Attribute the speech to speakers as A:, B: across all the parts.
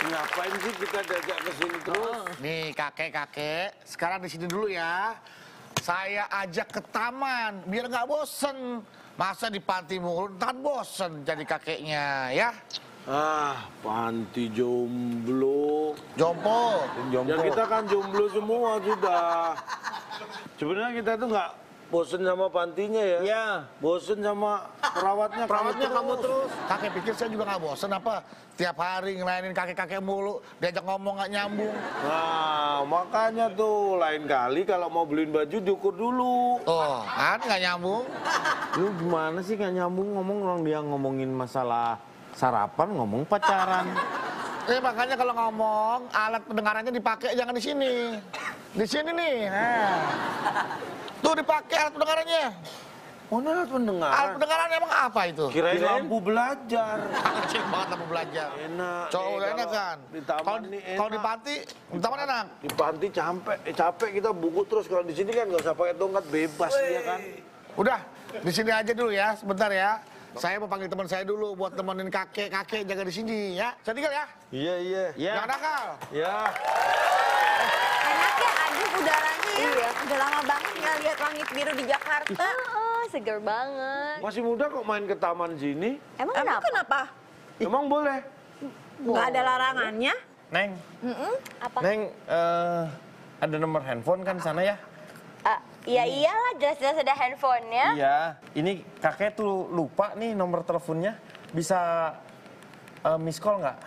A: ngapain sih kita diajak ke sini terus?
B: Nih kakek-kakek, sekarang di sini dulu ya. Saya ajak ke taman biar nggak bosen. Masa di panti mulu ntar bosen jadi kakeknya ya.
A: Ah, panti jomblo.
B: Jompo.
A: Ya kita kan jomblo semua sudah. Sebenarnya kita tuh nggak bosen sama pantinya ya.
C: Iya.
A: Bosen sama perawatnya.
C: Perawatnya kamu terus.
B: Kakek pikir saya juga nggak bosen apa tiap hari ngelainin kakek-kakek mulu diajak ngomong nggak nyambung.
A: Nah, makanya tuh lain kali kalau mau beliin baju diukur dulu.
B: Tuh kan nggak nyambung.
C: Lu gimana sih gak nyambung ngomong orang dia ngomongin masalah sarapan ngomong pacaran.
B: Eh makanya kalau ngomong alat pendengarannya dipakai jangan di sini. Di sini nih. Nah. Tuh dipakai alat pendengarannya.
A: Oh, ini alat
B: Alat
C: Ah.
A: pendengaran.
B: pendengaran emang apa itu?
A: Kirain lampu belajar.
B: Kecil banget lampu belajar.
A: Enak. Nih,
B: Cowok enak
A: kalau
B: kan?
A: Di taman
B: Kalau
A: nih enak.
B: kalau di panti, di taman enak.
A: Di panti capek, eh, capek kita buku terus. Kalau di sini kan nggak usah pakai tongkat, bebas dia kan.
B: Udah, di sini aja dulu ya, sebentar ya. Saya mau panggil teman saya dulu buat temenin kakek-kakek jaga di sini ya. Saya tinggal ya.
A: Iya iya.
B: Jangan nakal.
A: Ya.
D: Enak ya, aduh udaranya ya. Udah lama banget nggak lihat langit biru di Jakarta.
E: Heeh, seger banget. kan
A: Masih muda kok main ke taman sini?
E: Emang
D: Emang
E: kenapa?
D: kenapa?
A: Emang boleh?
D: Nggak ada larangannya?
C: Neng,
E: Apa?
C: Neng eh, ada nomor handphone kan sana ya?
E: Ah, iya iyalah jelas-jelas ada handphonenya.
C: Iya. Ini kakek tuh lupa nih nomor teleponnya. Bisa eh, miss call nggak?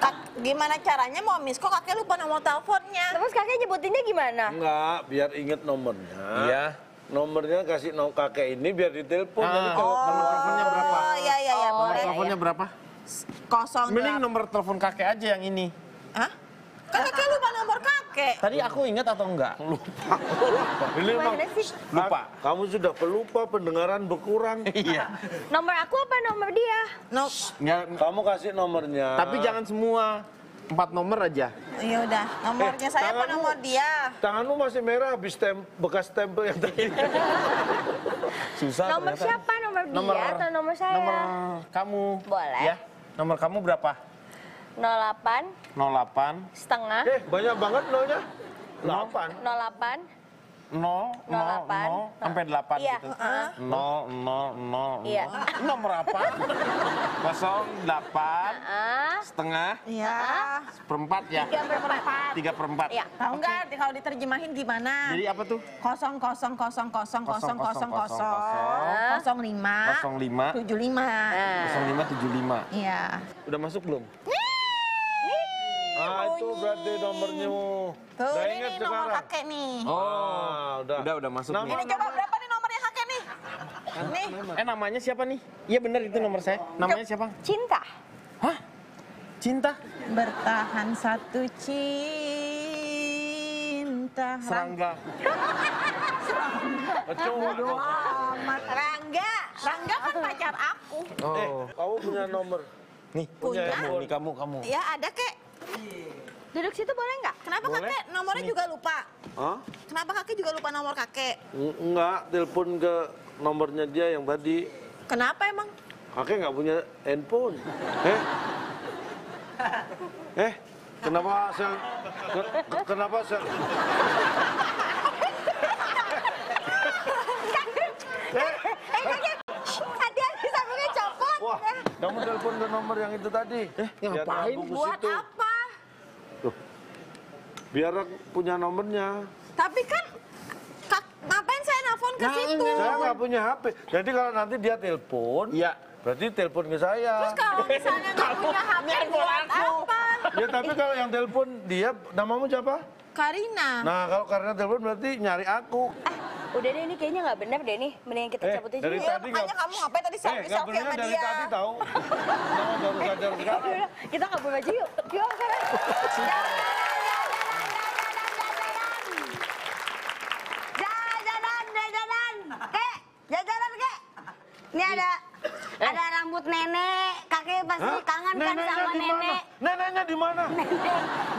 D: Kak- gimana caranya mau miss kok kakek lupa nomor teleponnya?
E: Terus kakek nyebutinnya gimana?
A: Enggak, biar inget nomornya.
C: Iya.
A: Nomornya kasih nom kakek ini biar ditelepon. Jadi
C: Ah.
A: kalau
C: Nomor teleponnya berapa?
D: Oh iya iya iya
C: Nomor
D: boleh.
C: teleponnya berapa?
D: Kosong
C: Mending
D: delapan.
C: nomor telepon kakek aja yang ini.
D: Hah? Kan kakek lupa nomor kakek.
C: Tadi aku ingat atau enggak?
A: ini emang
E: Gimana sih?
C: Lupa.
A: kamu sudah pelupa, pendengaran berkurang.
C: Iya.
E: Nomor aku apa nomor dia?
D: No,
C: Nggak-
A: Kamu kasih nomornya.
C: Tapi jangan semua empat nomor aja.
D: iya udah. Nomornya
A: Eh,
D: saya apa
A: tanganmu.
D: nomor dia?
A: Tanganmu masih merah habis tem bekas tempel yang tadi.
C: Susah.
E: nomor
C: ternyata.
E: siapa? Nomor dia atau nomor saya?
C: Nomor
B: Eh.
C: kamu.
E: Boleh.
C: Ya. Nomor kamu berapa?
E: 08
C: 08
E: setengah
A: eh, banyak banget nolnya. Delapan.
E: 08
C: 0 0 0
E: 08.
C: sampai 8
E: Iya.
C: gitu.
E: Heeh.
C: 0 0 0.
E: Iya.
C: Nomor apa? 08
E: ah
C: setengah
D: Iya.
C: seperempat ya.
E: 3 per
C: 3 per 4.
E: 4. Iya.
D: Tahu nggak kalau diterjemahin gimana?
C: Jadi apa tuh?
D: kosong kosong kosong kosong kosong kosong kosong
C: kosong.
D: kosong lima
C: 05
D: tujuh lima
C: 0575.
D: iya
C: Udah masuk belum?
A: Ah, itu berarti nomornya.
D: tuh
A: Udah
D: ini
A: ingat
D: nih nomor
A: sekarang.
D: kakek nih
C: Oh.
A: Ah, udah.
C: Udah, udah masuk
A: Nama-
C: nih.
D: ini coba berapa nih nomornya kakek nih
A: Kan
D: nih
A: ya?
C: Eh namanya siapa nih? Iya benar itu nomor saya. Namanya siapa?
E: Cinta.
C: Hah? Cinta?
D: bertahan satu cinta
C: Serangga.
D: Bodo amat. Rangga Rangga kan pacar aku
A: Eh, kamu punya nomor.
C: Nih,
D: Punya.
C: kamu, nih kamu, kamu.
D: ya ada kek
E: Duduk situ boleh nggak?
D: kenapa kakek nomornya juga lupa
A: Hah?
D: kenapa kakek juga lupa nomor kakek
A: N- Enggak, telepon ke nomornya dia yang tadi.
D: kenapa emang
A: Kakek nggak punya handphone. Eh? Eh? Kenapa sel? ke- ke- Kenapa sel?
E: Eh kakek, hati-hati sabunnya copot.
A: Wah, kamu telepon ke nomor yang itu tadi. Eh,
C: ngapain?
D: buat apa
A: Biar aku punya nomornya.
D: tapi kan kak, ngapain saya nelfon ke situ
A: Saya nggak punya HP. Jadi kalau nanti dia telepon,
C: Iya.
A: berarti telepon ke saya.
D: Terus kalau misalnya nggak punya HP buat apa?
A: Ya tapi kalau yang telepon dia, namamu siapa?
D: Karina.
A: Nah kalau karena telepon berarti nyari aku.
E: Ah, udah deh ini kayaknya nggak benar deh nih. Mendingan kita
A: Eh,
E: cabut aja. ya.
A: dari
E: yuk.
D: Iya,
A: tadi
D: makanya
A: nggak-
D: kamu ngapain tadi
A: eh, nggak
D: selfie-selfie
A: benernya
D: sama
A: dari
D: dia?
A: tadi tahu. Kamu baru sadar sekarang.
E: Yaudah, kita kabur aja yuk. Yuk, sekarang.
D: Jalan, jalan, jalan, jalan. Kek, jalan, jalan, kek. Eh,
F: Ini ada ada rambut nenek, kakek
E: pasti
A: Hah?
E: kangen kan sama
A: di mana?
E: nenek.
A: Neneknya di mana?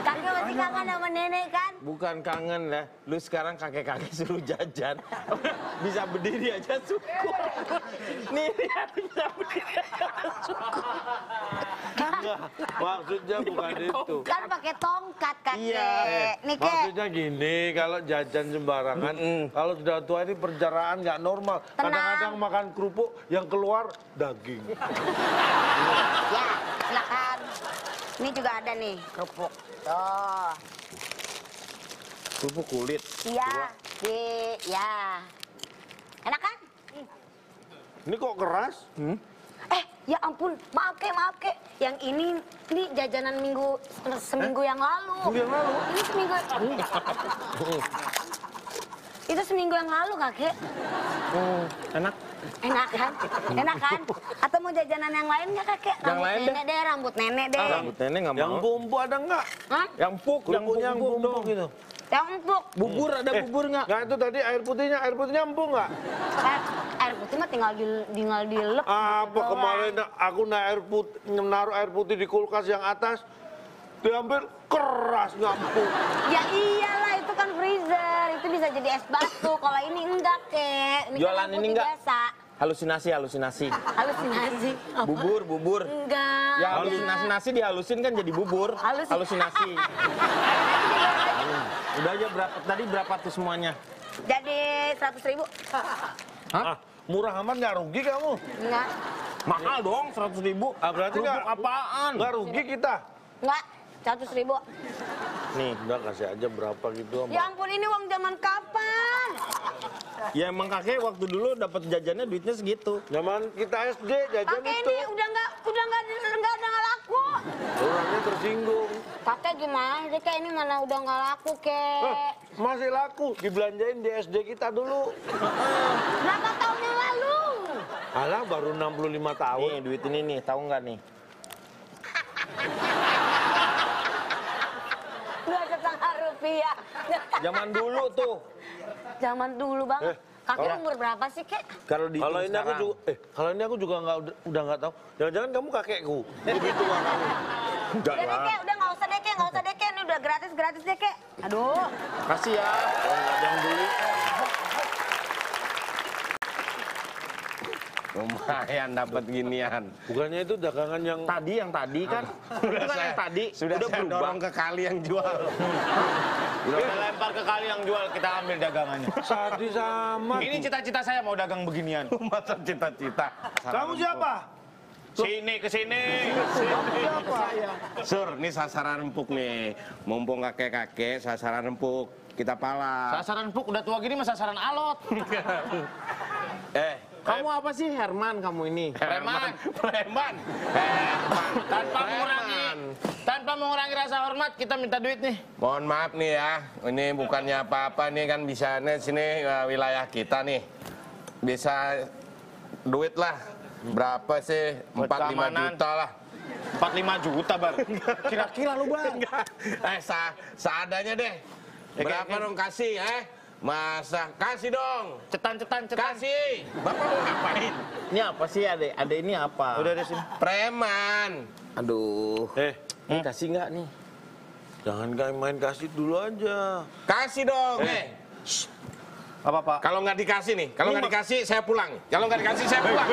E: Kakek pasti kangen sama nenek kan?
F: Bukan kangen lah, lu sekarang kakek-kakek suruh jajan. bisa berdiri aja syukur. Nih, lihat bisa berdiri aja syukur.
A: Enggak, maksudnya bukan itu. Eh,
E: Kan pakai tongkat kakek.
F: Iya.
D: Eh,
E: Nih kek.
A: Maksudnya gini, kalau jajan sembarangan, kalau sudah tua ini perjaraan nggak normal.
E: Tenang.
A: Kadang-kadang makan kerupuk yang keluar daging.
E: Ya, silakan. Ini juga ada nih kerupuk. Tuh.
F: Kerupuk kulit.
E: Iya. Di, ya. Enak kan?
A: Ini kok keras?
E: Eh, ya ampun, maaf kek, maaf kek. Yang ini, ini jajanan minggu seminggu
F: Eh?
E: yang lalu. Seminggu yang lalu? Ini seminggu. Itu seminggu yang lalu kakek.
F: Hmm,
C: Enak.
E: Enak kan? Enak kan? Atau mau jajanan yang lain nggak kakek?
F: Yang
E: Rambut
F: lain deh. Ah,
E: nenek deh, rambut nenek deh.
F: Rambut nenek nggak
A: Yang
F: mau.
A: bumbu ada nggak?
E: Hah? Ya
F: Yang puk, yang puk,
A: Kerupuknya
F: yang
A: yang
F: puk,
A: bumbu gitu.
E: Yang empuk.
F: Bubur ada
A: Eh,
F: bubur nggak?
A: Nggak itu tadi air putihnya, air putihnya empuk nggak?
E: Air, Kan air putih mah tinggal di, tinggal dilep.
A: Apa
E: gitu doang.
A: kemarin aku naik air putih, naruh air putih di kulkas yang atas, diambil keras nggak empuk.
E: Ya iyalah, itu kan freezer. Itu bisa jadi es batu. Kalau ini enggak, kek. Ini kan
F: Jualan
E: air
F: ini
E: putih
F: nggak?
E: biasa.
F: Halusinasi, halusinasi.
E: Halusinasi. Apa?
F: Bubur, bubur.
E: Enggak.
F: Ya halusinasi nasi dihalusin kan jadi bubur.
E: Halus-
F: Halusinasi. Udah aja berapa tadi berapa tuh semuanya?
E: Jadi 100 ribu?
A: Ah, murah amat nggak rugi kamu?
E: Enggak.
F: Mahal dong 100 ribu.
A: Ah, berarti
F: Kerupuk
A: nggak-
F: apaan?
A: Nggak rugi kita.
E: Enggak. 100 ribu.
A: Nih, udah kasih aja berapa gitu.
E: Ya ampun, ini uang zaman kapan?
F: Ya emang kakek waktu dulu dapat jajannya duitnya segitu.
A: Zaman kita SD jajan
E: Kakek
A: itu
E: ini udah nggak udah nggak nggak ada nggak laku.
A: orangnya tersinggung.
E: Kakek gimana sih kek ini mana udah nggak laku
A: Hah,
E: kek?
A: masih laku dibelanjain di SD kita dulu.
E: Berapa tahun yang lalu?
A: Alah baru 65 tahun.
F: Nih duit ini nih, tahu nggak nih?
E: Dua setengah rupiah.
F: Zaman dulu tuh.
E: Zaman dulu banget.
A: Eh,
E: Kakek
A: kalau-
E: umur berapa sih kek?
F: Kalau di
A: Kalau ini aku juga, eh kalau ini aku juga nggak ud- udah nggak tahu. Jangan-jangan kamu kakekku. Lebih tua kamu.
E: Udah deh kek, udah nggak usah deh kek, nggak usah deh kek, ini udah gratis gratis deh kek. Aduh.
F: Kasih ya. Kalau nggak ada yang beli. Lumayan dapat ginian.
A: Bukannya itu dagangan yang
F: Tadi yang tadi kan, itu kan yang tadi
B: Sudah
F: udah
B: saya
F: berubah.
B: dorong ke kali yang jual.
F: Kita lempar ke kali yang jual, kita ambil dagangannya.
A: sadis sama.
B: Ini cita-cita saya mau dagang beginian. Masa cita-cita?
A: Kamu siapa?
B: Sini ke sini.
G: Sur, ini sasaran empuk nih. Mumpung kakek-kakek, sasaran empuk. Kita pala.
B: Sasaran puk udah tua gini masa sasaran alot.
G: eh,
F: Kamu apa sih Herman kamu ini?
B: Preman.
G: preman.
B: Tanpa mengurangi tanpa mengurangi rasa hormat kita minta duit nih.
G: Mohon maaf nih ya. Ini bukannya apa-apa nih kan bisa sini eh, wilayah kita nih. Bisa duit lah. Berapa sih? 4-5
B: keamanan.
G: juta lah.
B: 45 juta bar. Kira-kira lu bang.
G: Eh, sa- seadanya deh. Berapa dong kasih, eh? Masa kasih dong.
B: Cetan-cetan cetan.
G: Kasih. Bapak mau ngapain?
F: Ini apa sih ada ada ini apa? Udah ada sini.
G: Preman.
F: Aduh.
A: Eh,
F: Ini kasih nggak nih?
A: jangan kayak main kasih dulu aja.
G: Kasih dong, eh.
B: Apa pak?
G: Kalau nggak dikasih nih, kalau nggak dikasih saya pulang. Kalau nggak dikasih saya pulang.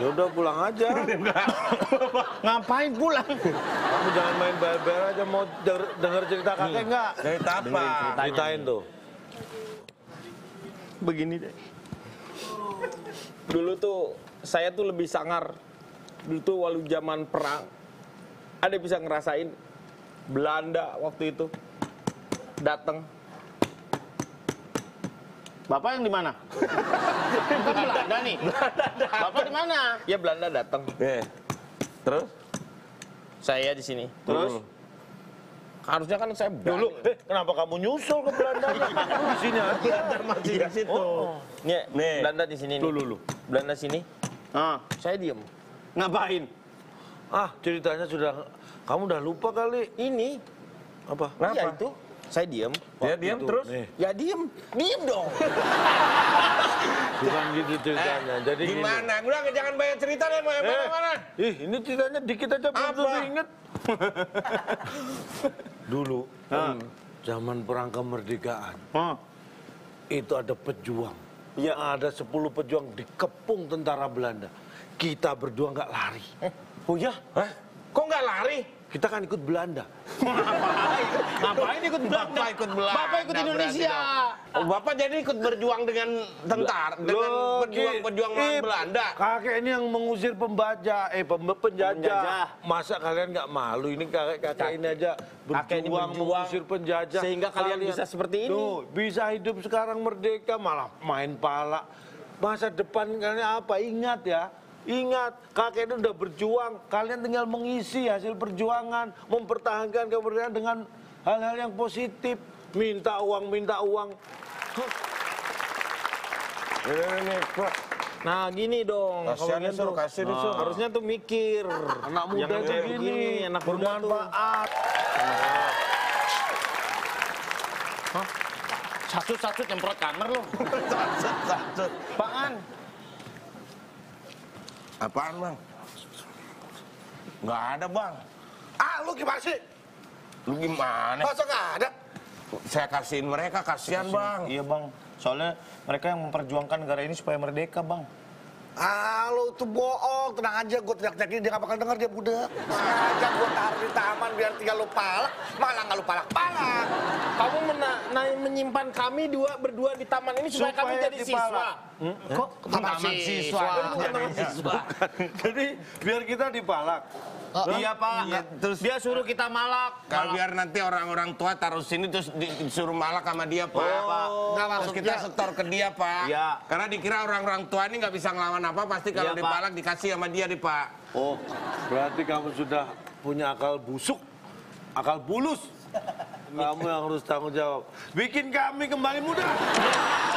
A: Ya udah pulang aja.
B: Ngapain pulang?
A: Kamu jangan main bayar-bayar aja mau denger, denger cerita kakek nggak?
G: Dari apa?
A: Ceritain tuh.
F: begini deh. Dulu tuh saya tuh lebih sangar. Dulu tuh walau zaman perang, ada yang bisa ngerasain Belanda waktu itu datang.
B: Bapak yang di mana? Bukan Belanda nih. Bapak di mana?
F: Ya Belanda datang.
A: Iya.
G: Terus?
F: Saya di sini. Hmm.
G: Terus?
F: Harusnya kan saya Iya.
A: Dulu, eh, kenapa kamu nyusul ke Belanda? Kamu di sini aja. Iya. Oh,
G: Masih di situ.
F: Nih,
G: Nih.
F: Belanda di sini. Dulu, dulu. Belanda sini.
B: Ah,
F: Saya diem.
B: ngapain?
A: Ah, ceritanya sudah, kamu udah lupa kali.
F: Ini
A: Apa?
F: Iya itu. Saya diam.
G: Dia diam terus?
F: Ya diem, diem dong.
A: Bukan gitu ceritanya. Jadi gini.
G: gimana? Udah jangan banyak cerita deh, mau yang
A: Eh,
G: mana-mana.
A: ih, ini ceritanya dikit aja belum
G: Apa?
A: tentu inget. Dulu, em, zaman perang kemerdekaan, itu ada pejuang. Ya ada 10 pejuang dikepung tentara Belanda. Kita berdua nggak lari.
F: Oh
A: iya?
F: ya?
G: Hah? Kok nggak lari?
A: Kita kan ikut Belanda.
F: Ngapain ikut Belanda?
G: Bapak ikut Belanda.
F: Bapak ikut
G: berarti
F: Indonesia.
G: dong. Oh, Bapak jadi ikut berjuang dengan tentara, dengan
A: Loh, Ki.
G: pejuang-pejuang melawan
A: Ih,
G: Belanda.
A: Kakek ini yang mengusir pembaca, eh pem- penjajah.
F: Penjajah.
A: Masa kalian nggak malu? Ini kakek-kakek ini aja berjuang,
F: Kakek ini berjuang
A: mengusir penjajah.
F: sehingga kalian bisa seperti ini.
A: Tuh, bisa hidup sekarang merdeka malah main pala. Masa depan kalian apa? Ingat ya. Ingat, kakek itu udah berjuang. Kalian tinggal mengisi hasil perjuangan, mempertahankan kemerdekaan dengan hal-hal yang positif. Minta uang, minta uang.
G: Ini, Pak.
F: Nah gini dong. kalau
G: Kasihan nih, Sur,
F: gitu.
G: kasihan nih, Sur.
F: Harusnya tuh mikir.
A: Anak muda
F: Jangan
A: itu
F: kayak
A: gini,
F: begini, anak muda tuh.
A: bermanfaat.
B: Satu-satu nyemprot kamar lu.
F: Apaan?
G: Apaan, Bang? Nggak ada, Bang.
A: Ah, lu gimana sih?
G: Lu gimana?
B: Eh.
A: Masa nggak ada?
G: Saya kasihin mereka, kasihan, Bang.
C: Iya bang, soalnya mereka yang memperjuangkan negara ini supaya merdeka bang.
B: Ah, lu tuh bohong. Tenang aja, gue teriak-teriakin dia gak bakal denger dia budak. Sengaja gue taruh di taman biar tinggal lu palak, malah gak lu palak-palak.
F: Kamu mena- na- menyimpan kami dua berdua di taman ini supaya, kami
A: Supaya
F: jadi
A: dipalak.
F: siswa.
B: Kok taman, siswa?
F: Taman siswa.
A: Jadi biar kita dipalak. Ah.
G: Iya, Pak. Terus
F: Dia suruh kita malak.
G: Kalau biar nanti orang-orang tua taruh sini terus di- disuruh malak sama dia, Pak.
F: Oh. Nggak,
G: terus kita setor ke dia, Pak.
F: Iya.
G: Karena dikira orang-orang tua ini nggak bisa ngelawan apa, pasti kalau
F: Iya, Pak.
G: dipalak dikasih sama dia nih, Pak.
A: Oh, berarti kamu sudah punya akal busuk, akal bulus. Kamu yang harus tanggung jawab. Bikin kami kembali muda.